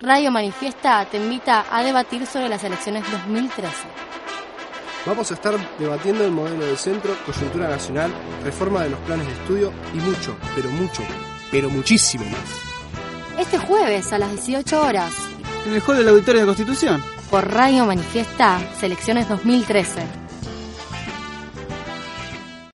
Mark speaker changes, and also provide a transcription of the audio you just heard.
Speaker 1: Radio Manifiesta te invita a debatir sobre las elecciones 2013.
Speaker 2: Vamos a estar debatiendo el modelo de centro, coyuntura nacional, reforma de los planes de estudio y mucho, pero mucho, pero muchísimo más.
Speaker 1: Este jueves a las 18 horas,
Speaker 3: En el hall del auditorio de Constitución.
Speaker 1: por Radio Manifiesta, Selecciones 2013.